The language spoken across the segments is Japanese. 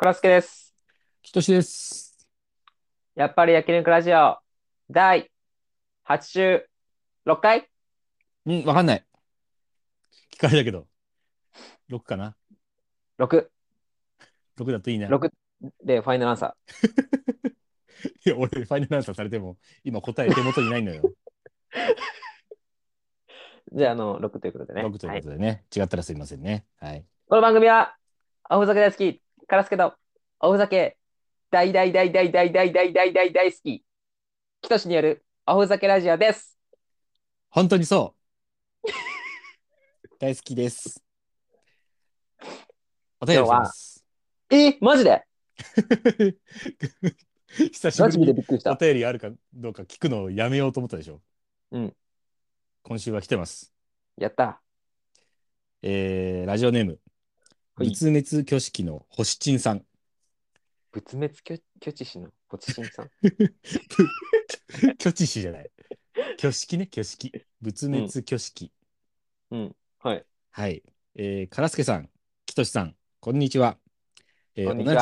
ラスケです。きとしです。やっぱり焼肉ラジオ第86回うん、わかんない。機械だけど。6かな ?6。 ?6 だといいな。 6でファイナルアンサー。いや、俺、ファイナルアンサーされても、今答え手元にないのよ。じゃあ、あの、6ということ でね。 6ということでね。はい、違ったらすいませんね。はい。この番組は、おふざけ大好き、カラスケと、おふざけ、大大大大大大大大大大好き、きとしによる、おふざけラジオです。本当にそう。 大好きです。お便りします。え、マジで久しぶりにお便りあるかどうか聞くのをやめようと思ったでしょ。うん。今週は来てます。やった。えー、ラジオネーム、はい、仏滅挙式の星珍さ ん。仏滅挙挙知師の星珍さん挙知師じゃない。挙式ね、挙式。仏滅挙式、うん。うん、はい。はい。えー、唐助さん、きとしさん、こんにちは。えー、同じ、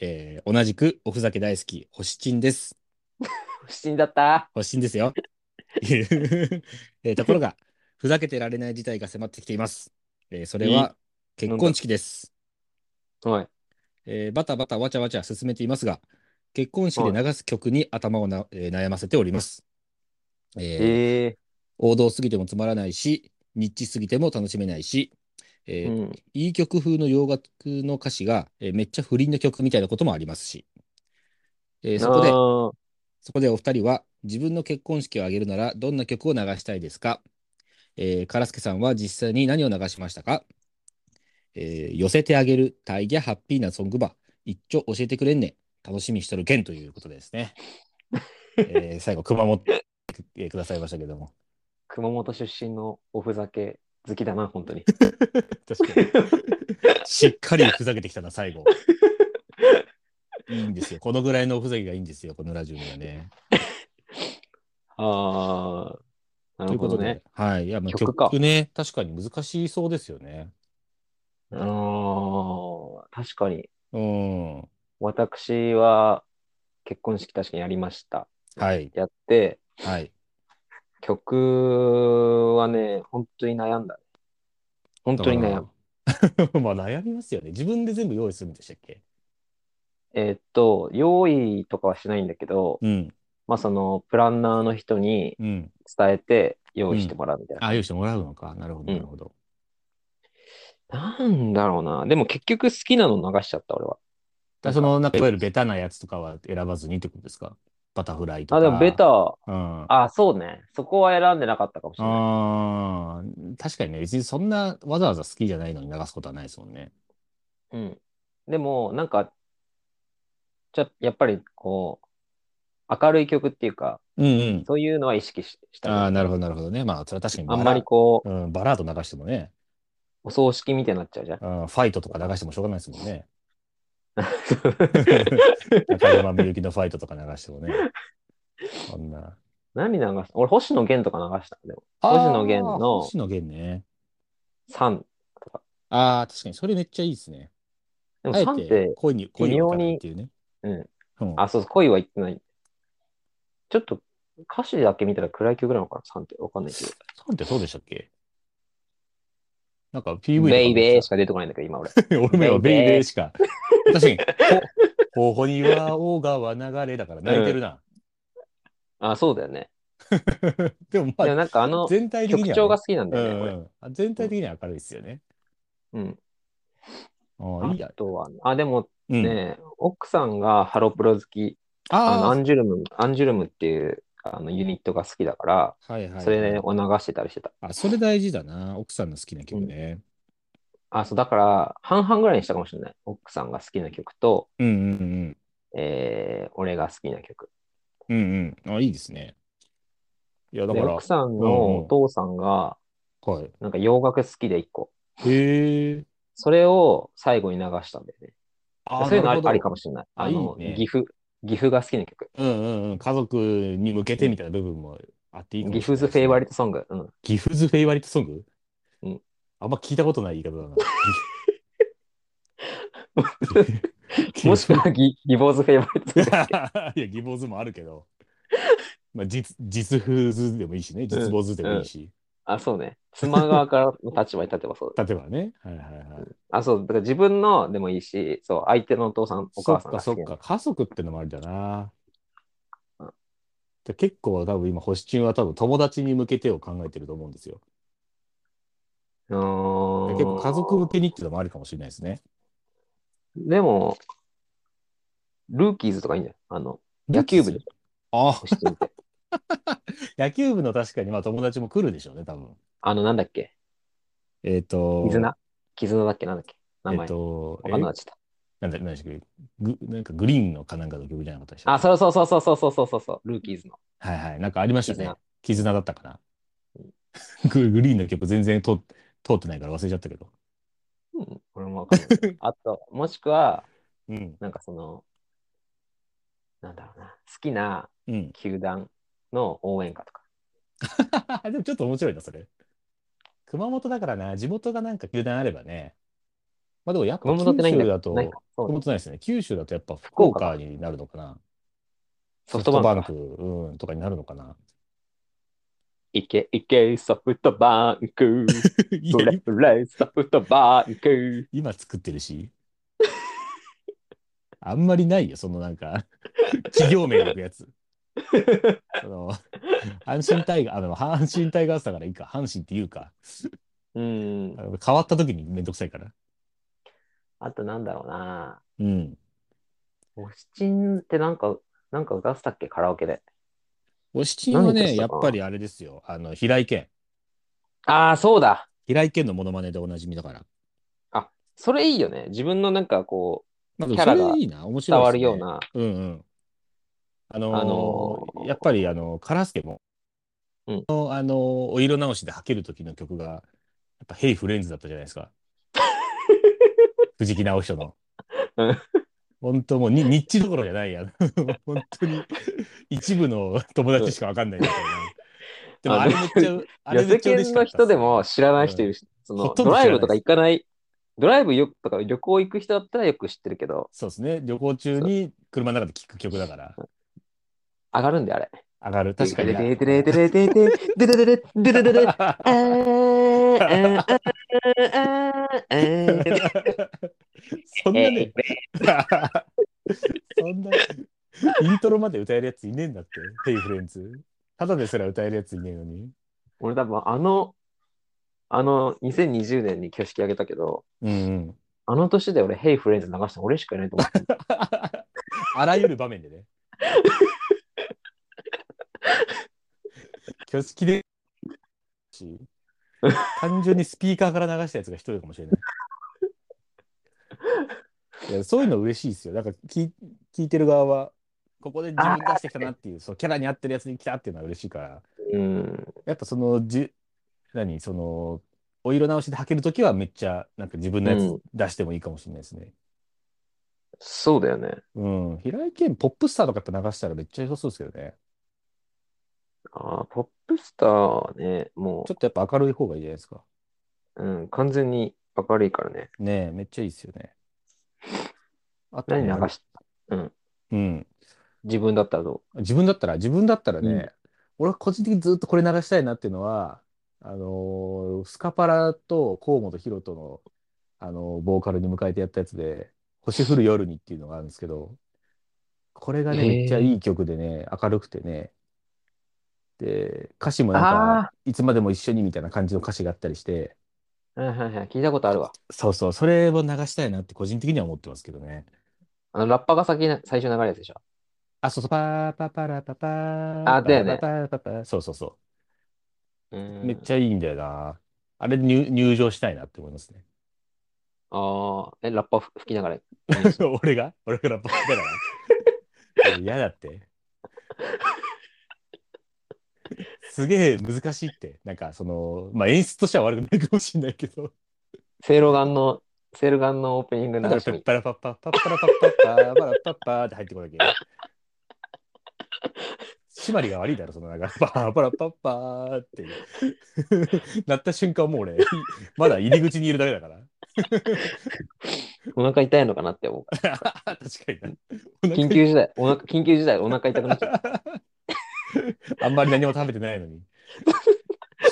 えー、同じくおふざけ大好き、星珍です。星珍だった。星珍 ですよ。えー、ところが、ふざけてられない事態が迫ってきています。えー、それは、結婚式です。はい、えー、バタバタわちゃわちゃ進めていますが、結婚式で流す曲に頭をな、えー、悩ませております。えー、えー、王道すぎてもつまらないし、ニッチすぎても楽しめないし、えー、うん、いい曲風の洋楽の歌詞が、えめっちゃ不倫の曲みたいなこともありますし、えそこで、そこでお二人は自分の結婚式を挙げるならどんな曲を流したいですか、えー、カラスケさんは実際に何を流しましたかえー、寄せてあげる、大義ハッピーなソングば、一丁教えてくれんね楽しみしとるけんということですね。え ー、最後、熊本、えー、くださいましたけども。熊本出身のおふざけ好きだな、本当 に。確かに。しっかりふざけてきたな、最後。いいんですよ。このぐらいのおふざけがいいんですよ、このラジオにはね。ああ、なるほどね。ということで、はい。いや、まあ、曲曲ね、確かに難しそうですよね。ああ、確かに。うん。私は結婚式確かにやりました。はい。やって、はい。曲はね、本当に悩んだ。本当に悩む。 まあ悩みますよね。自分で全部用意するんでしたっけえー、っと、用意とかはしないんだけど、うん、まあそのプランナーの人に伝えて用意してもらうみたいな。うんうん、あ、用意してもらうのか。なるほど、なるほど。なんだろうな。でも結局好きなの流しちゃった、俺は。だその、なんかいわゆるベタなやつとかは選ばずにってことですかバタフライとか。あ、でもベタ。うん、あ、そうね。そこは選んでなかったかもしれない。あ確かにね、別にそんなわざわざ好きじゃないのに流すことはないですもんね。うん。でも、なんか、ちょやっぱりこう、明るい曲っていうか、うんうん、そういうのは意識しした、ね。ああ、なるほど、なるほどね。まあ、それは確かにあんまりこう、うん、バラード流してもね。お葬式みたいになっちゃうじゃん。ファイトとか流してもしょうがないですもん ね。中山みゆきのファイトとか流してもね。そんな。何流す俺、星野源とか流したでも。 星野源の。星野源ね。 3とか。ああ、確かに。それめっちゃいいですね。でも3って、恋に、恋に行かないっていうね。うん。うん、あ、そうそう、恋は言ってない。ちょっと、歌詞だけ見たら暗い曲なのかな ?3 って。わかんないけど。 3ってそうでしたっけなんか PV かベイベーしか出てこないんだけど、今俺。 俺も今ベイベーしか。確かに、ほ、ほには大川流れだから泣いてるな。うん、あ、そうだよね。 でもまあ、なんかあの、全体的に、ね、曲調が好きなんだよね、うんうん、全体的には明るいですよね。うん。あいいや。あとは、あ、でもね、うん、奥さんがハロプロ好き。あのアンジュルム、アンジュルムっていうあのユニットが好きだから、はいはいはい、それを流してたりしてた。あ、それ大事だな、奥さんの好きな曲ね。うん、あ、そう、だから、半々ぐらいにしたかもしれない。奥さんが好きな曲と、うんうんうん、えー、俺が好きな曲。うんうん。あ、いいですね。いや、だから。奥さんのお父さんが、うんうん、はい。なんか洋楽好きで一個。へえ。それを最後に流したんだよね。あそういうのありかもしれない。あの、いいね、岐阜、岐阜が好きな曲。うんうんうん。家族に向けてみたいな部分もあっていいかもしれない、ね。岐阜ズフェイバリットソング。うん。岐阜ズフェイバリットソングうん。あんま聞いたことない言い方だ な。もしくはギ、ギボーズフェイバリットい。や、ギボーズもあるけど、まあ、実、実風図でもいいしね、実坊図でもいいし、あ、そうね。妻側からの立場に立てばそうだ。例えばね。はいはいはい。あ、そう。だから自分のでもいいし、そう、相手のお父さん、お母さんがそ好っきかそっなか、家族ってのもあるんだなうん。で結構多分今、星中は多分友達に向けてを考えてると思うんですよ。うーん結構家族向けにっていうのもあるかもしれないですね。でも、ルーキーズとかいいんじゃないあの、野球部であ知ってみ て。あ、野球部の確かにまあ友達も来るでしょうね、多分。あの、なんだっけえっ、と、絆絆だっけなんだっけ名えっ、前。と、わえかんなくなっちゃっ。なんだ、なんだっけグなんかグリーンのかなんかの曲じゃなかったでしたょあ、そうそうそうそうそうそうそうそう、ルーキーズの。はいはい。なんかありましたね絆。絆だったかな。ググリーンの曲全然通っ通ってないから忘れちゃったけど。うん、俺もわかんない。 あと、もしくは、うん。なんかその、なんだろうな、好きなうん。 球団の応援歌とか。でもちょっと面白いな、それ。熊本だからな、地元がなんか球団あればね。まあでもやっぱ熊本ってない九んだ州だと、ないかそう熊ね本ないですね。九州だとやっぱ福福岡岡になるのかな。ソフトバンクソフトバンク、うん、とかになるのかな。いけいけソフトバンク。いブやレブレソフトバンク。今作ってるし。あんまりないよ、そのなんか、企業名でいくやつ。その、阪神タイガー、あの、阪神タイガースだからいいか、阪神っていうか、うんあ。の変わった時にめんどくさいから。あとなんだろうな。うん。オシチンってなんか、なんか出したっけカラオケで。お七は何歌っね、てやたっかなぱりあれですよ。あの、平井堅。ああ、そうだ。平井堅のモノマネでおなじみだから。それいいよね。自分のなんかこまあ、キャラがそれいいな、面う、白伝いわでするよねう。な。うんうん。あのーあのーやっぱり、あの、カラスケも、うんのあのーお色直しで履ける時の曲が、やっぱ、ヘイフレンズだったじゃないですか。藤木直人のうん。本当もうに、ニッチどころじゃないやん。本当に、一部の友達しかわかんないみたいな。でも、あれめっちゃ、あれめっ世ちゃ嬉し間のかったっす人でも知らない人いるし、そほのとんドど知らなラいイブとか行かない、ドライブよくとか旅行行く人だったらよく知ってるけど、そうですね。旅行中に車の中で聴く曲だから、上がるんであれ。上がる。確かに。デレデレデレデレデレデレデレデレデレデレあーあーあーあー そんなねえ。そんな、イントロまで歌えるやついねえんだって、ヘイフレンズ。ただですら歌えるやついねえのに。俺多分あの、あの2020年に挙式あげたけど、うんうん。あの年で俺、ヘイフレンズ流したの俺しかいないと思う。 あらゆる場面でね。挙式で、し単純にスピーカーから流したやつが一人かもしれない。いやそういうの嬉しいですよ。なんか聞聞いてる側は、ここで自分出してきたなっていう、そうキャラに合ってるやつに来たっていうのは嬉しいから、 うん。やっぱそのじ、何、その、お色直しで履けるときはめっちゃ、なんか自分のやうつ出してもいいかもしれないですね。そうだよね。うん、平井堅、ポップスターとかって流したらめっちゃ良さそうですけどね。あーポップスターはね、もちょっとやっぱ明るい方がいいじゃないですか。う、うん、完全に明るいからね。ねえ、めっちゃいいですよね。あと何ね流したうん。自分だったらど自分だったら、自分だったらね、うん俺は個人的にずっとこれ流したいなっていうのは、あのースカパラと河本ロ人の、あのーボーカルに迎えてやったやつで、星降る夜にっていうのがあるんですけど、これがね、へえめっちゃいい曲でね、明るくてね、で、歌詞もなんか、いつまでも一緒にみたいな感じの歌詞があったりして、うはいはいはい、聞いたことあるわ。そうそう、それを流したいなって個人的には思ってますけどね。あの、ラッパが先に、最初流れるやつでしょ。あ、そうそう、パーパパラパパー、あだよねパラパパパそうそうそうう。ん。めっちゃいいんだよな。あれ入、入場したいなって思いますね。ああ、え、ラッパ吹きながら。俺が俺がラッパーだから。嫌だって。すげえ難しいって。なんか、その、まあ、演出としては悪くないかもしれないけど。セイロガンの、セイロガンのオープニング流だからしてみパラパッパッパッパラパッパッパーパラパッパーって入ってこなきゃいけない。締まりが悪いだろ、そのなんか、パーパラパッパーっていう。なった瞬間、もう俺、まだ入り口にいるだけだから。お腹痛いのかな って思う。確かにな。お腹緊急事態、お腹、緊急事態、お腹痛くなっちゃう。 あんまり何も食べてないの に。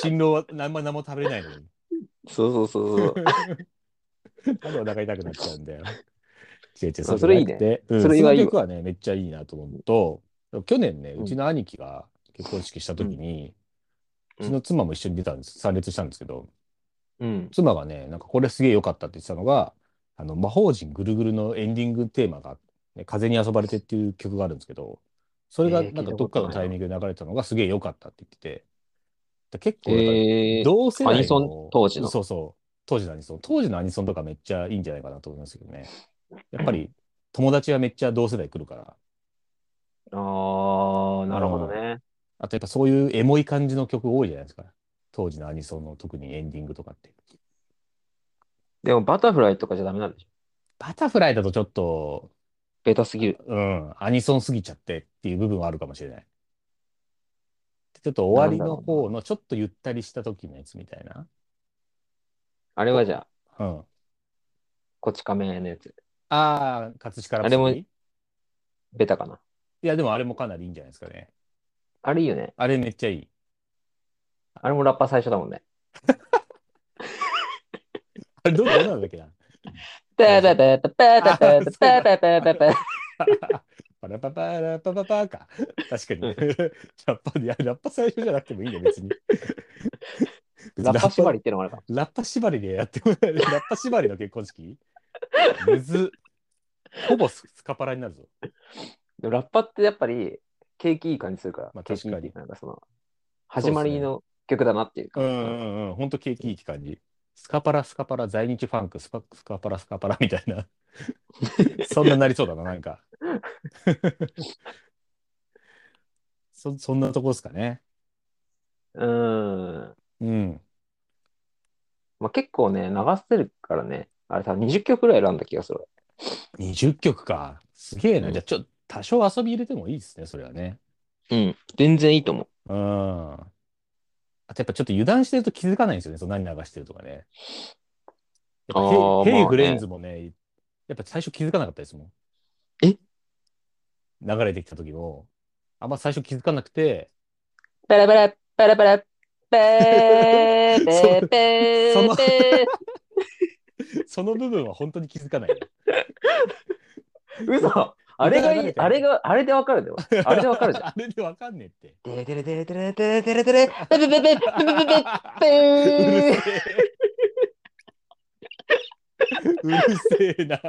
新郎は何も何も食べれないのに。そうそうそう そう。あとお腹痛くなっちゃうんだよ。違う違うあそれいいねうじゃなくてうん、そそれれはいいわの曲はね、めっちゃいいなと思うと、去年ね、うんうちの兄貴が結婚式したときに、ううんちの妻も一緒に出たんです、参列したんですけど、うん。妻がね、なんかこれすげえ良かったって言ってたのが、あの魔法陣ぐるぐるのエンディングテーマが、ね、風に遊ばれてっていう曲があるんですけど、それがえーな聞いんかたどこっかとないのタイミングで流れたのがすげえ良かったって言ってて、だから結構なんかえー、同世代のアニソン当時のそうそう。当時のアニソン。当時のアニソンとかめっちゃいいんじゃないかなと思いますけどね。やっぱり友達はめっちゃ同世代来るから。ああ、なるほどね。あとやっぱそういうエモい感じの曲多いじゃないですか。当時のアニソンの特にエンディングとかって。でも、バタフライとかじゃダメなんでしょバタフライだとちょっと、ベタすぎる。うん、アニソンすぎちゃってっていう部分はあるかもしれない。ちょっと終わりの方のちょっとゆったりした時のやつみたいな。あれはじゃあ、うん。こち亀のやつ。ああ、葛飾ラプソディあれもベタかな。いや、でもあれもかなりいいんじゃないですかね。あれいいよね。あれめっちゃいい。あれもラッパー最初だもんね。あれどうどうなんだっけなタタタタタタタタタタタタパラパパラパパパーか。確かに。ラッパ、いや、ラッパ最初じゃなくてもいいんだよ、別に。ラッパ縛りり。っていうのがあるか。ラッパ縛りでやってもらえる。ラッパ縛りの結婚式むず。ほぼススカパラになるぞ。でもラッパってやっぱり景気いい感じするから、まあ景気いいっていうか確なんかその、始まりの曲だなっていううか。んうんうん。ほんと景気いい感じ。スカパラ、スカパラ、在日ファンク、スパスカパラ、スカパラみたいな。 そんななりそうだな、なんか。 そそんなとこですかね。うん。うん。まあ結構ね、流せるからね。あれ多分20曲くらい選んだ気がする。 20曲か。すげえな。うんじゃあ、ちょっと多少遊び入れてもいいですね、それはね。うん。全然いいと思う。うん。あとやっぱちょっと油断してると気づかないんですよね、その何流してるとかね。やっぱあーヘイヘイまあグレンズもね、やっぱ最初気づかなかったですもん。え流れてきた時も、あんま最初気づかなくて、パラパラ、パラパラ、ペー、ペー、ペそのー、ペその部分は本当に気づ かないよ。嘘あれが流いれい、てるあれが、あれでわかるんだよ。あれでわかるじゃん。あれでわかんねえって。でれでれでれでれでれでれでれ。ー、ペペペペペペペペうるせえな。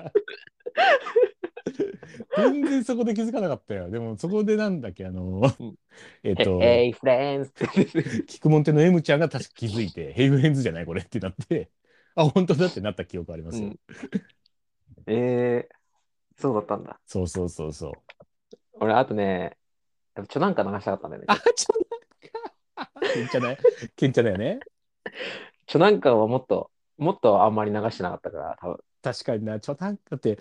全然そこで気づかなかったよ。でもそこでなんだっけ、あのうん、えっと、 Hey, friends! って菊門亭の M ちゃんが確か気づいて、ヘイフレンズじゃないこれってなって、 あ、本当だってなった記憶ありますよ。うんえー、そうだったんだ。そうそうそうそう。俺、あとね、やっぱちょなんか流したかったんだよねあ。、ちょなんか。けんちゃない。けんちゃだよね。ちょなんかはもっと、もっとあんまり流してなかったから、多分。確かにな、ちょなんかって、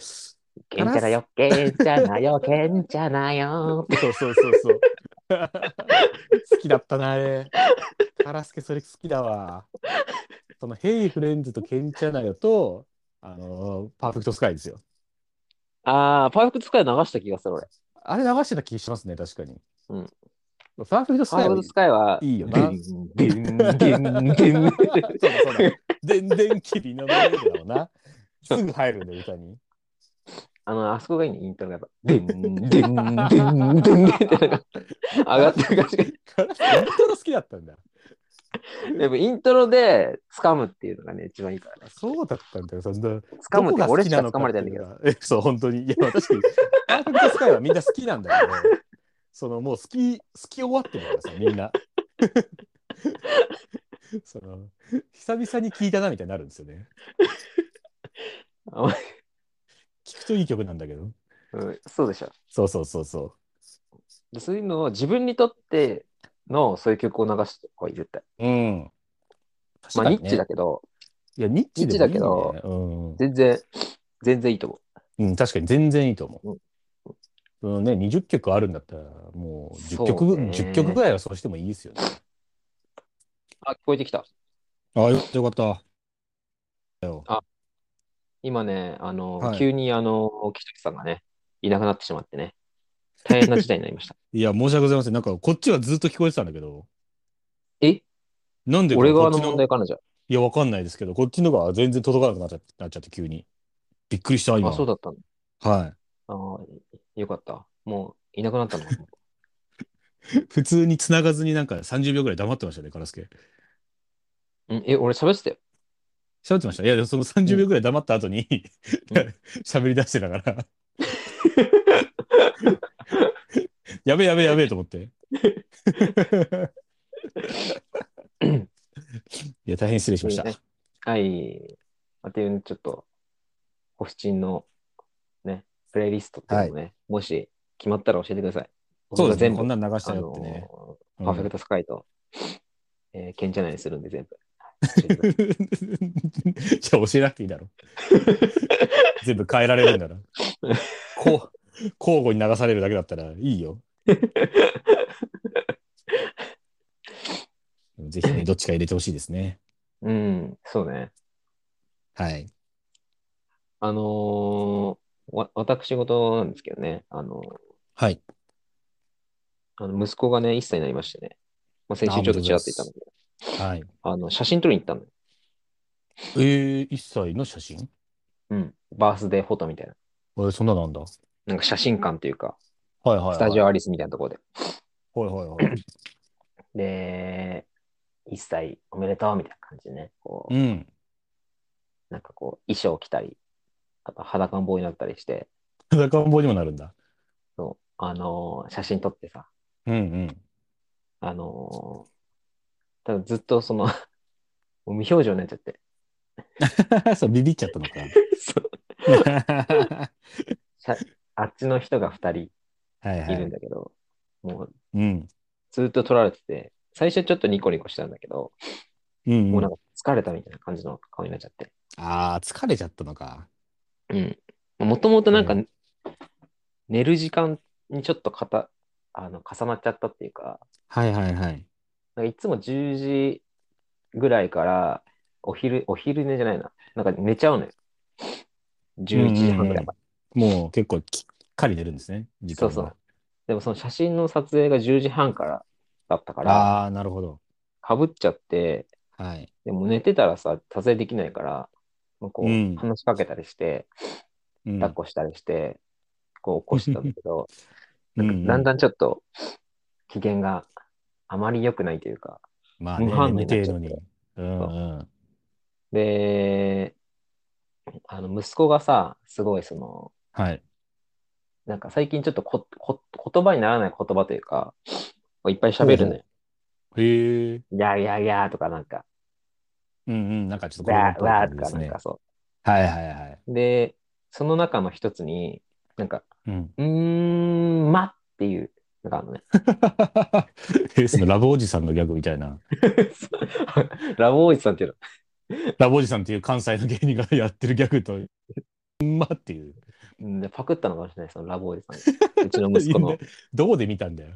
けんちゃなよ、けんちゃなよ、けんちゃなよ。そうそうそうそう。好きだったな、あれ。カラスケ、それ好きだわ。その、ヘイフレンズとケンチャナヨと、あのパーフェクトスカイですよ。あー、パーフェクトスカイ流した気がする、俺。あれ流してた気しますね、確かに。うんパーフェクトスパーカイフェはクトスカイは、いいよでなんでんでんでんそうだそうだ。でんでんきりのメロディーだも んな。すぐ入るんだよ、歌に。あの、あそこがいいね、イントロが。でんでんでんでんでんってなんか上がってる感じが。カラスケイントロ好きだったんだ。でもイントロで掴むっていうのがね、一番いいからね。そうだったんだよ、そんな。掴むどっこてが好俺きしなかの掴かまれっててないいんだうけのど。は えそう、本当に。いや、確か に、パーフェクトスカイはみんな好きなんだけど、そのもう好き、好き終わってるからさ、みんな。 その、久々に聞いたなみたいになるんですよね。お前聞くといい曲なんだけど。うん、そうでしょ。そうそうそうそう。でそういうのを自分にとってのそういう曲を流した方がいい、絶対。うん。まあ、ニッチだけけど、いや、ニッチでニッもいい、ね、チだけどうん全然、全然いいと思う。うん、確かに全然いいと思う。うんそのね、20曲あるんだったら、もう10曲そうぐ、ね10曲ぐらいはそうしてもいいですよね。あ、聞こえてきた。ああ、よかったよかった。今ね、あの、はい急にあの、北口さんがね、いなくなってしまってね、大変な事態になりました。 いや、申し訳ございません。なんか、こっちはずっと聞こえてたんだけど。えなんでか俺側のこっち問題かな、じゃいや、わかんないですけど、こっちのが全然届かなくなっちゃなっちゃって、急に。びっくりした、あ。今。あ、そうだったの。はああ、よかった。もう、いなくなったの。い。普通に繋がずになんか30秒ぐらい黙ってましたね、カラスケ。うん、え、俺喋って たよ。喋ってました。いや、でもその30秒ぐらい黙った後に 喋り出してたから。やべえやべえやべえと 思って。いや、大変失礼しました。ねはい。あていう、ちょっと、ホフチンの、ね、プレイリストっていうのもね、もし決まったら教えてください。そう僕がですね。全部こんなん流したあよってね。のうーんパーフェクトスカイと、えー、ケンチャナにするんで全部。教えてください じゃあ教えなくていいだろ。 全部変えられるんだな。こう交互に流されるだけだったらい いよ。ぜひね、どっちか入れてほしいですね。うん、そうね。はい。あのーわ、私事なんですけどね、あのーはい。あの息子がね、1歳になりましてね、まあ、先週ちょっとちらっと言ったんだけど、はい。あの、写真撮りに行ったのよ。えー、1歳の写真うん。バースデーフォトみたいな。えーそんななんだ。はいなんか写真館というか、はい、はい。スタジオはいアリスみたいなところで。はいはい。で、1歳おめでとうみたいな感じでね、こうう、ん。なんかこう、衣装着たり、あと裸ん坊になったりして、裸ん坊にもなるんだ。そうあのー写真撮ってさ、うんうん。あのーただずっとその、 もう無表情になっちゃ って、 そう、ビビっちゃったの そうか。あっちの人が2人はいはいるんい。だけど、もううん。ずっと撮られてて、最初ちょっとニコニコしたんだけど、うんもううんなん。か疲れたみたいな感じの顔になっちゃって。ああ、疲れちゃったのか。うん。もともとなんか、う寝る時間にちょっとかたあの重なっちゃったっていうか、はいはいはい。なんかいつも10時ぐらいから、お昼、お昼寝じゃないな。なんか寝ちゃうのよ。11時半ぐらいまで。もう結構きっかり出るんですね、時間が。そうそうでもその写真の撮影が10時半からだったから、ああ、なるほど。かぶっちゃって、はい。でも寝てたらさ、撮影できないから、こううん話しかけたりして、うん抱っこしたりして、こう起こしてたんだけど、うんだんだんちょっと機嫌があまり良くないというか、うんまあね無反応、寝になてっるちゃのってに。うんうん。で、あの息子がさ、すごいその、はい。なんか最近ちょっとここ言葉にならない言葉というか、いっぱい喋るのよ。へえ。いやいやいやとかなんか、うんうん。なんかちょっとわーわーと子供っぽい感かじなんですかね。そはいはいはい。う。で、その中の一つに、なんか、うん。 うーん、まっていうのがあるのね。え、そのラブおじさんのギャグみたいな。 ラブおじさんっていうの。ラブおじさんっていう関西の芸人がやってるギャグと、うんまっていう。うんでパクったのかもしれない、そのラブおじさん。うちの息子いいの ね。どこで見たん だよ。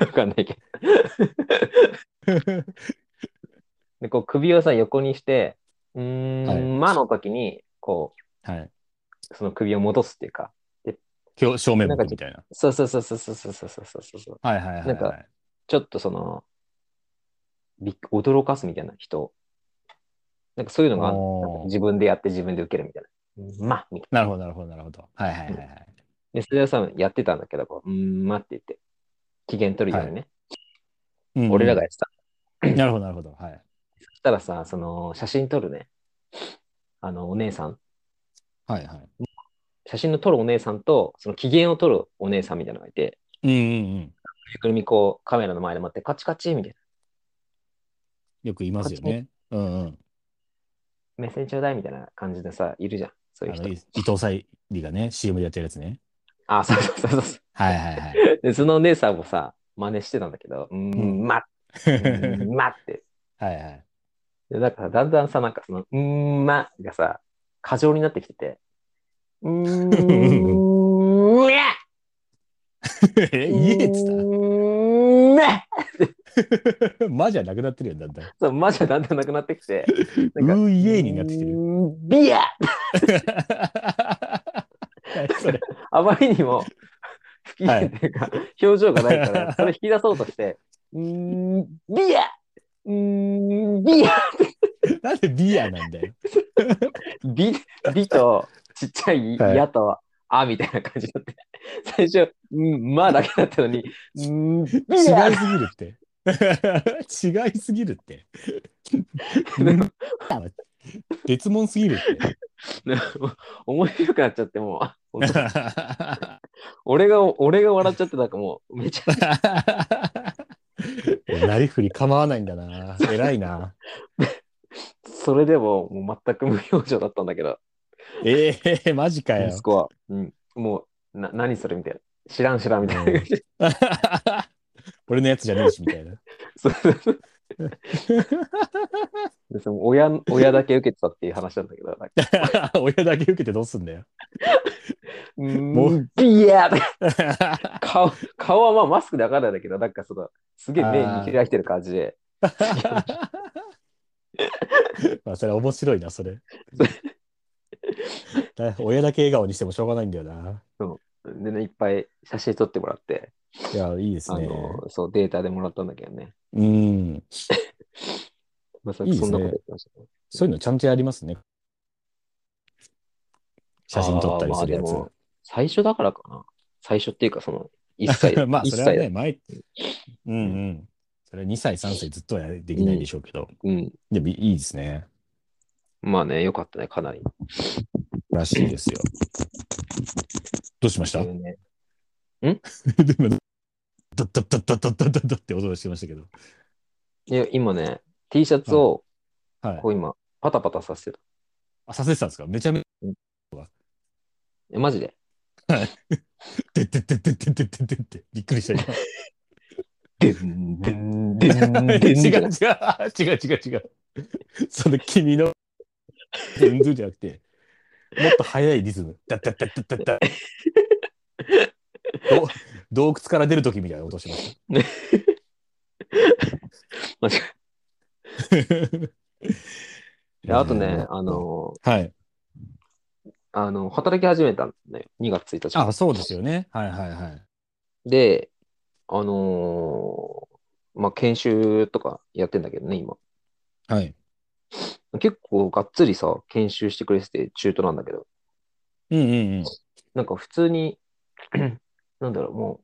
わかんないけど。で、こう首をさ、横にして、うーん、はいまの時に、こはい。う、その首を戻すっていうか、表正面向きみたいな。そうそうそうそうそうそうそうそうそうそう、はいはいはいなんはい。かちょっとその、びっ驚かすみたいな人を。なんかそういうのがあるのおーなんか自分でやって自分で受けるみたいな。まみたいなるほどなるほどなるほど。はいはいはいはい。な。で、それをさ、やってたんだけど、こう、うーん、まって言って、機嫌取るようにね、うんうん俺らがやってた。なるほど、なるほど。はい。そしたらさ、その、写真撮るね、あの、お姉さんはいはい。写真の撮るお姉さんと、その機嫌を撮るお姉さんみたいなのがいて、うんうんうん。ゆくるみこうカメラの前で待ってカチカチみたいよく言いますよね。うんうん。な、目線ちょうだいみたいな感じでさ、いるじゃん、そうあいうの人い。伊藤沙莉がね、CM でやってるやつね。あそうそうそうそはいはいはう。で、そのお姉さんもさ、真似してたんだけど、うーん、ま、うーい。ん、まって。はいはい。で、だからだんだんさ、なんかその、うーん、まがさ、過剰になってきて て、うーん、うやえ、家っつっうーん、ねまじゃなくなってるよ、だんだん。そう、マジでだんだんなくなってきて、なんかうーいえーになってきて る。うービア何それあまりにも 不機嫌というか、表情がないから、 それ引き出そうとして、うーん、ビアうーん、ビアなんでビアなんだよ。ビ、ビとちっちゃいはいやと、あみたいな感じになって、 最初、うん、まあだけだったのに、うーん、違いビアすぎるって。違いすぎるって。うん別物すぎるって。面白くなっちゃって、もう本当、俺が、俺が笑っちゃって、なんかもう、めちゃ、なりふり構わないんだな。偉いな。それでも、もう全く無表情だったんだけど、ええマジかよ。息子は、うん、もう、な、何それみたいな。知らん知らんみたいな感じで。俺のやつじゃねえし、みたいな。 そうそうそうでその親親だけ受けてたっていう話なんだけど、な んか親だけ受けてどうすんだよ。うーんもビヤー顔顔はまあマスクだからだけど、なんかその、すげえ目見開いてる感じで、まあ、それ面白いな、それ。だ親だけ笑顔にしてもしょうがないんだよな。でね、いっぱい写真撮ってもらって、いや、いいですあね。のそうデータでもらったんだけどね。うん。まあ、そいいですそんなことね言ってましたね。そういうのちゃんとやりますね。写真撮ったりするやあーまあでもつ。最初だからかな。最初っていうか、その、一歳 。まあ、一それは歳だね、前、うんうん。それは2歳、3歳ずっとはやできないでしょうけど、うん。でもいいですね。まあね、よかったね、かなり。らしいですよ。どうしましたそういうねでも、ドッドッドッドッドッドッドッドッって音がしてましたけど。いや今ね、T シャツを、はいこ。う今、パタパタさせてた。あ、させてたんですかめちゃめちえ、マジで。ゃ、でってってってってってってって。びっくりした今。でんでんでん違う違うでん違う違う違う。その君の全然じゃなくて、もっと速いリズム。だだだだだだ。ど洞窟から出るときみたいな音しましマ ジでた。あとね、あの、はい。あの、働き始めたんだよ。2月1日からあ、そうですよね。はいはいはい。で、あのーまあ、研修とかやってんだけどね、今。はい。結構がっつりさ、研修してくれてて、中途なんだけど、うんうんうん。なんか普通に、なんだろう、も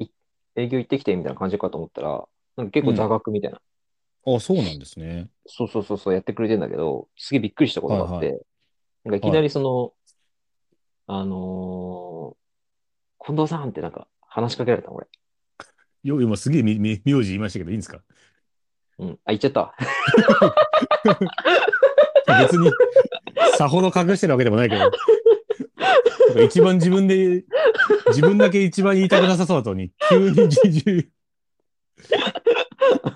う、い営業行ってきてみたいな感じかと思ったら、なんか結構座学みたいな、あ、そうなんですね。そうそうそうそうやってくれてんだけど、すげえびっくりしたことがあって、はなんかいきなりその、あのー近藤さんってなんか話しかけられたの俺。よ今すげえみみ名字言いましたけど、いいんですかうん。あ、言っちゃったわ。 別に、さほど隠してるわけでもないけど。なんか一番自分で、自分だけ一番言いたくなさそうだったのに、急に自重。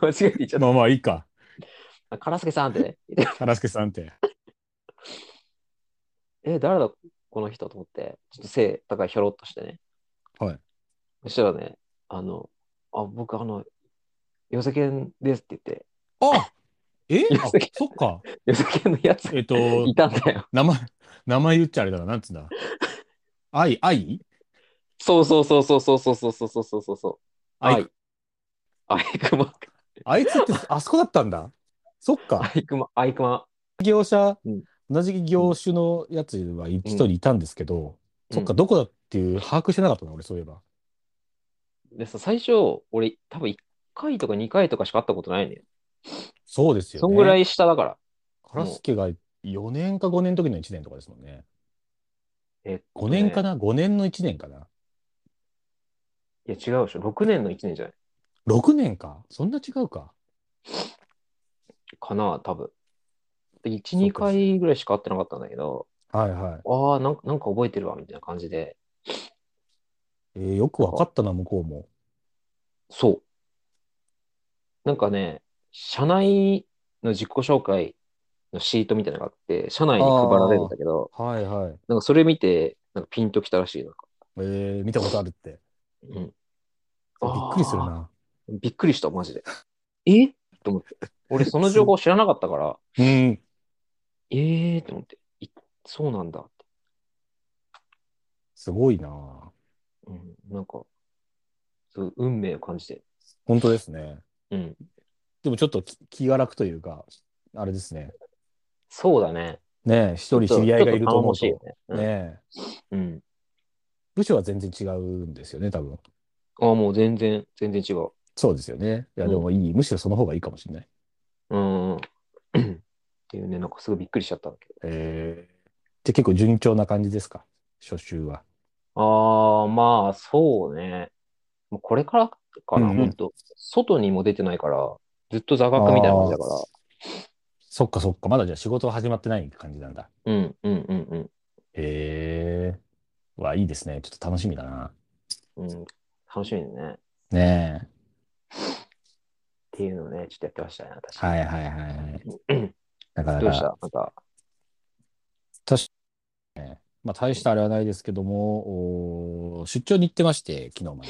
間違えて言っちゃったまあまあいいか。あ。カラスケさんってね。言って原助さんって。え、誰だこの人と思って、ちょっと背高いひょろっとしてね。はい。そしたらね、あの、あ、僕あの、よさけんですって言って、あえあそっか。よさけんのやつえっ、いと、たんだよ。名前、名前言っちゃあれだな。なんつうんだ。愛、愛そうそうそうそうそうそうそうそうそうそうそうそう。アイアイ。アイクマ。あいつってあそこだったんだ。そっか。アイクマ、アイクマ。業者うん、同じ業種のやつは一人いたんですけど、うんそっか、どこだっていう把握してなかったな、俺、そういえば。でさ、最初、俺、多分1回とか2回とかしか会ったことないのよ。そうですよね。そんぐらい下だから。カラスケが4年か5年の時の1年とかですもんね。えっと5ね年かな ?5 年の1年かないや、違うでしょ。6年の1年じゃない ?6 年かそんな違うかかな、多分。で1、うか2回ぐらいしか会ってなかったんだけど、はいはい。ああ、なんなんか覚えてるわ、みたいな感じで。えーよくわかったな、向こうも。そう。なんかね、社内の自己紹介のシートみたいなのがあって、社内に配られるんだけど、はいはい。なんかそれ見て、なんかピンときたらしい。なんかえー見たことあるって。うん、びっくりするあな。びっくりした、マジで。えと思って。俺、その情報知らなかったから、 うん。ええー、と思って。いそうなんだって。すごいなうん、なんか、そう運命を感じて。本当ですね。うん。でもちょっと気気が楽というか、あれですね。そうだね。ねえ、一人知り合いがいると思うと。ちょっねと頼もしいよね。うえ、ん。部署は全然違うんですよね、多分。うん、ああ、もう全然、全然違う。そうですよね。いや、でもいい、むしろその方がいいかもしれない。うん。っていうね、なんかすごいびっくりしちゃったんだけど。ええ。で、結構順調な感じですか、初週は。ああ、まあ、そうね。もうこれからかな、うんうん本当外にも出てないから、ずっと座学みたいな感じだかそっかそっか、まだじゃあ仕事は始まってない感じなんだ。ら。うん、うん、うん、へえ。わ、いいですね。ちょっと楽しみだな。うん。うん、楽しみだね。っねえ。ていうのをね、ちょっとやってましたね、私。はいはいはいはい。だからどうしたなんか、まあ、大したあれはないですけども、おー出張に行ってまして、昨日まで。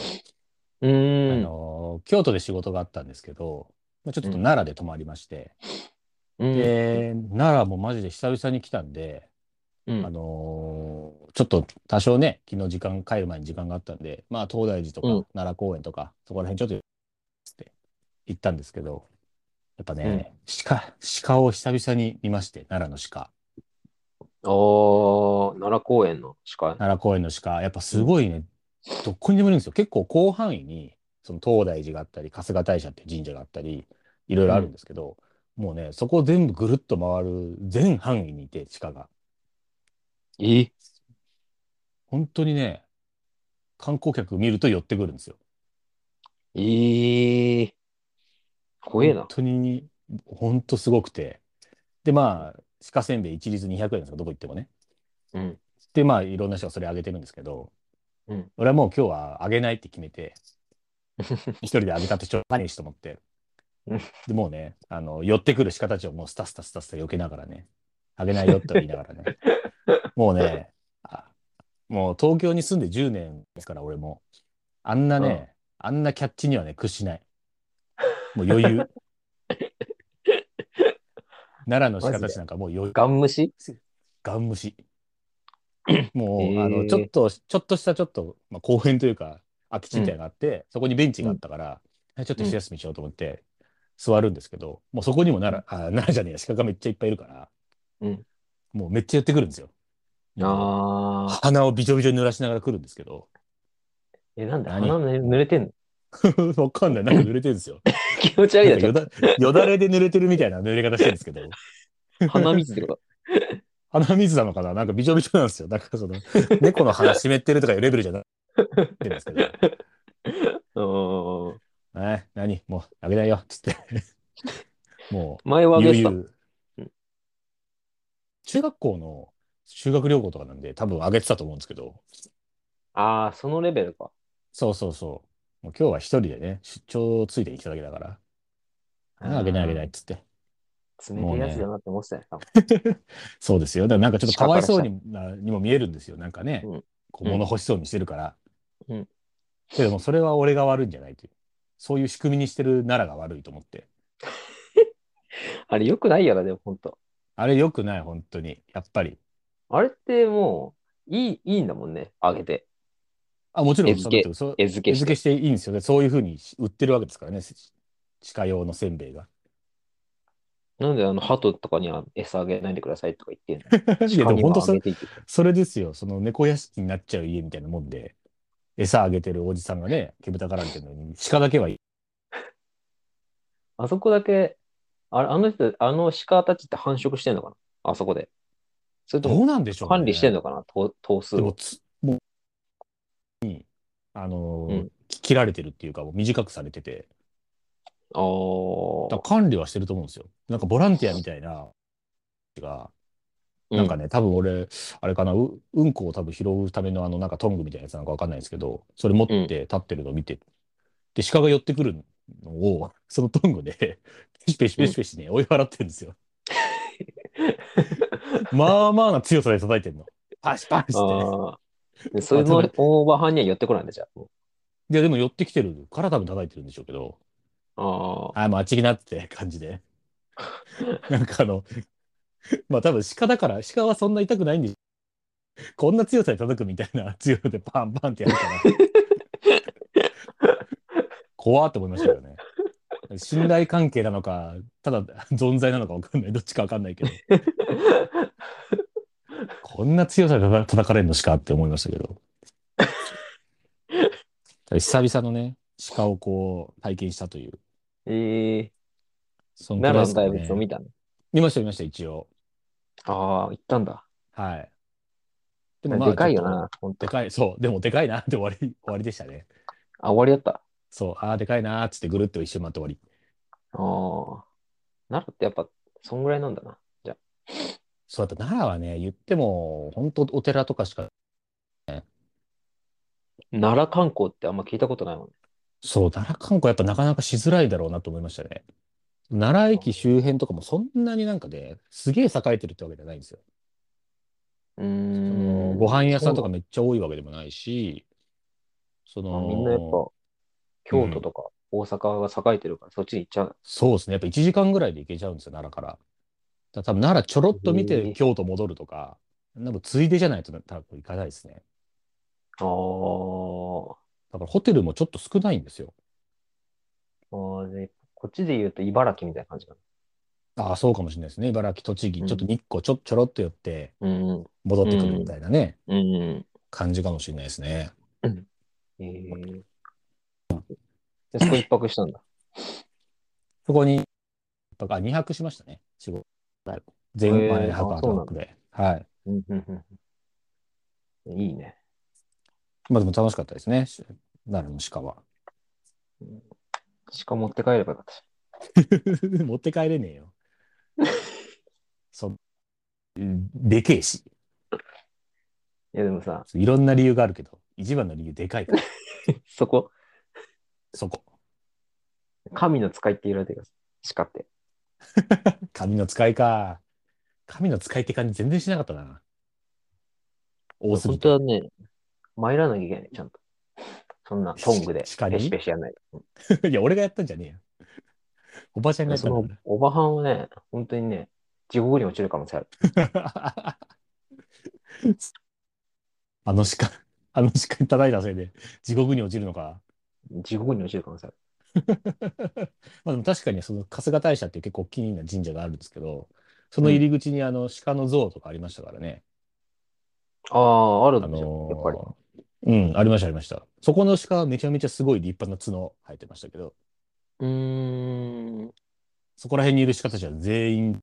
うーあん。のー京都で仕事があったんですけど、まあ、ちょっとうん奈良で泊まりまして、うんで、奈良もマジで久々に来たんで、うんあのーちょっと多少ね、昨日時間、帰る前に時間があったんで、まあ、東大寺とか、うん奈良公園とか、そこら辺ちょっと、つって行ったんですけど、やっぱね、鹿、鹿を久々に見まして、奈良の鹿。あー、奈良公園の司会。奈良公園の鹿、やっぱすごいね、どこにでもいるんですよ。結構広範囲に、その東大寺があったり、春日大社っていう神社があったり、いろいろあるんですけど、もうね、そこを全部ぐるっと回る全範囲にいて、鹿が。え本当にね、観光客見ると寄ってくるんですよ。えー、怖えな本。当に、本当すごくて。で、まあ、鹿せんべい一律200円ですよ、どこ行ってもね。うん。で、まあ、いろんな人がそれあげてるんですけど、うん俺はもう今日はあげないって決め て、一人であげたってしょうがねえしと思ってうん。でもうね、あの、寄ってくる鹿たちをもうスタスタスタスタ避けながらね、あげないよって言いながらね。もうね、あもう東京に住んで10年ですから、俺も。あんなね、あんなキャッチにはね、屈しない。もう 余裕。奈良の鹿たちなんかもう余裕。ガン虫ガ ン虫。もう、へーあの、ちょっと、ちょっとしたちょっと、まあ、公園というか、空き地みたいなのがあって、そこにベンチがあったから、えちょっと一休みしようと思って、座るんですけど、もうそこにも奈良、あ、奈良じゃねえや、鹿がめっちゃいっぱいいるから、うんもうめっちゃ寄ってくるんですよ。あ鼻をびちょびちょに濡らしながら来るんですけど、 ー。え、なんだ何鼻ね濡れてんの わかんない、なんか濡れてるんですよ。気持ち悪いなんな、かちょっよとだよだれで濡れてるみたいな濡れ方してるんですけど、鼻水ってこと。鼻水なのかななんかびちょびちょなんですよ。だからその、猫の鼻湿ってるとかいうレベルじゃないってるんですけうど。んえ、何もう、あげないよ、つって。 も前はう、あげて悠た。々うん。中学校の修学旅行とかなんで、多分あげてたと思うんですけど、ああ、そのレベルか。そうそうそう。もう今日は一人でね、出張ついてきただけだから、ああげないあげないっつって。冷てえやつだなって思ってたよ。多分そうですよ。だからなんかちょっとかわいそうになにも見えるんですよ。なんかねうん、こう物欲しそうにしてるから。うんけども、それは俺が悪いんじゃないという。そういう仕組みにしてるならが悪いと思って。あれ、よくないやろ、でも、本当あれ良くない、本当に。やっぱり。あれってもう、いい、いいんだもんね。あげて。あ、もちろん、餌付けそのそう餌付餌けして。付けしていいんですよね。そういうふうに売ってるわけですからね。せ鹿用のせん べいが。なんで、あの、鳩とかには餌あげないでくださいとか言っ てんのいや、鹿でもに本も当あそげれ、ていいってそれですよ。その猫屋敷になっちゃう家みたいなもんで、餌あげてるおじさんがね、煙たかられてるのに、鹿だけはいい。あそこだけ、あれあの人、あの鹿たちって繁殖してんのかなあそこで。それとどもうなんでしょうね。管理してんのかな頭頭数でもを。つ、もう、に、あのーうんき切られてるっていうか、もう短くされてて、だあから管理はしてると思うんですよ。なんかボランティアみたいな、が、あ。なんかね、多分俺、あれかな、う、うんこを多分拾うためのあの、なんかトングみたいなやつなんかわかんないんですけど、それ持って立ってるのを見て、で、鹿が寄ってくるのを、 そのトングで、ペシペシペシペシね、追い払ってるんですよ。まあまあな強さで叩いてんの。パシパシって。ああ。でそれのオーバーハンには寄ってこないんだ、じゃあ。で、でも寄ってきてるから多分叩いてるんでしょうけど、ああ。あ、もうあっち行きなって感じで。なんかあの、まあ多分鹿だから、鹿はそんな痛くないんでしょ、こんな強さで叩くみたいな強さでパンパンってやるから。怖って思いましたよね。信頼関係なのか、ただ存在なのか分かんない。どっちか分かんないけど、こんな強さで叩叩かれるの鹿って思いましたけど。久々のね、鹿をこう体験したという。え えそのくらい奈です良の大かね仏を見たの。見ました、見ました、一応。ああ、行ったんだ。はい。ででもまあ、かいよちょっな、ほんと。とで。かい、そう、でもでかいなって終わり、 終わりでしたね。あ、終わりだった。そう、ああ、でかいなーっつってぐるっと一周回って終わり。ああ。奈良ってやっぱ、そんぐらいなんだな。じゃそうだった、奈良はね、言っても、本当お寺とかしか、あ奈良観光ってあんま聞いたことないもんね。そう、奈良観光やっぱなかなかしづらいだろうなと思いましたね。奈良駅周辺とかもそんなになんかね、すげえ栄えてるってわけじゃないんですよ。うそーのん。ご飯屋さんとかそうめっちゃ多いわけでもないし、そなんだみんなやっぱ、の、京都とか大阪が栄えてるから、そっちに行っちゃう。そうですね、やっぱ1時間ぐらいで行けちゃうんですよ、奈良から。だから多分奈良ちょろっと見へてえ京都戻るとか、多分ついでじゃないと多分行かないですね。あーだからホテルもちょっと少ないんですよ。あー。でこっちで言うと茨城みたいな感じかああ、そうかもしれないですね。茨城、栃木、うんちょっと日光ちょ、ちょろっと寄ってな。うんうん。戻ってくるみたいなね、うんうん。感じかもしれないですね。えー、でそこ一泊したんだ。そこに、とか2泊しましたね。仕事。全へえ前あ泊そうな後んだ泊で。はい。 うんうんうんうんいいね。まあでも楽しかったですね。し奈良の鹿は。鹿持って帰ればよかったし。 持って帰れねえよ。そでけえし。いやでもさ、いろんな理由があるけど、一番の理由でかいから、そこ、そこ。神の使いって言われてるからさ鹿って。神の使いか。神の使いって感じ全然しなかったな。多すぎ本て。当はね、参らなきゃいけない、ちゃんと。そんなトングでし鹿にペシペシやんない。いや、俺がやったんじゃねえよ。おばちゃんがやったそんのだおばはんはね、本当にね、地獄に落ちる可能性ある。から。 あの鹿、あの鹿に叩いたせいで地獄に落ちるのか。地獄に落ちる可能性ある。 まあでも確かにその春日大社っていう結構大きな神社があるんですけど、その入り口にあの鹿の像とかありましたからね。ああ、あるあんでしょ、やっぱり。のーうん、ありました、ありました。そこの鹿はめちゃめちゃすごい立派な角生えてましたけど、うーん。そこら辺にいる鹿たちは全員、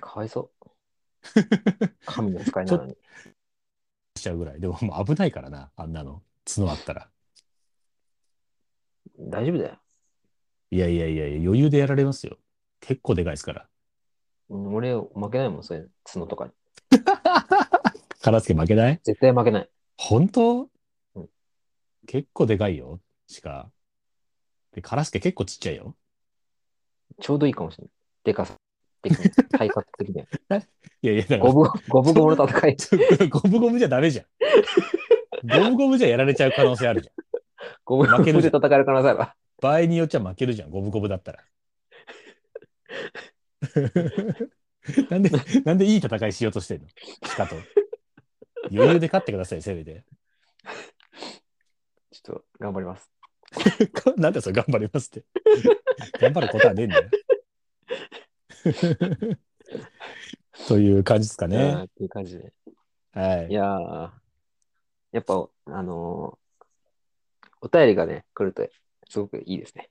かわい そう。神の使いなのに。しちゃうぐらい。でももう危ないからな、あんなの。角あったら。大丈夫だよ。いやいやいやいや、余裕でやられますよ。結構でかいですから。うん俺、負けないもん、そういうの角とかに。カラスケ負けない絶対負けない。本当うん結構でかいよ、鹿。で、カラスケ結構ちっちゃいよ。ちょうどいいかもしれない。でかさ。的 に体格的には。いやいや、だかゴらブ、ゴブゴブの戦い。ちょっと ゴブゴブじゃダメじゃん。ゴブゴブじゃやられちゃう可能性あるじゃん。ゴブゴ負けるブじでゃん戦える可能性あるわ。場合によっちゃ負けるじゃん、ゴブゴブだったら。 なんで、なんでいい戦いしようとしてんの鹿と。余裕で勝ってください、せめて。 ちょっと頑張ります。かなんでそれ頑張りますって。頑張ることはねえんだよ。 という感じですかいやーね。っていう感じで。はいい。やーやっぱ、あのーお便りがね、来ると、すごくいいですね。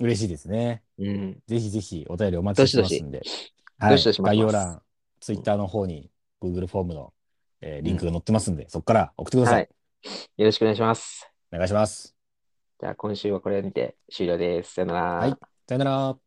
嬉しいですね。うん。ぜひぜひお便りお待ちしてますんで。はいどしどし待概って要ます欄、ツイッターの方に Google フォームの、えーリンクが載ってますんで、そこから送ってくださ。はいい。よろしくお願いします。お願いします。じゃあ、今週はこれにて終了です。さよなら。はいさよなら。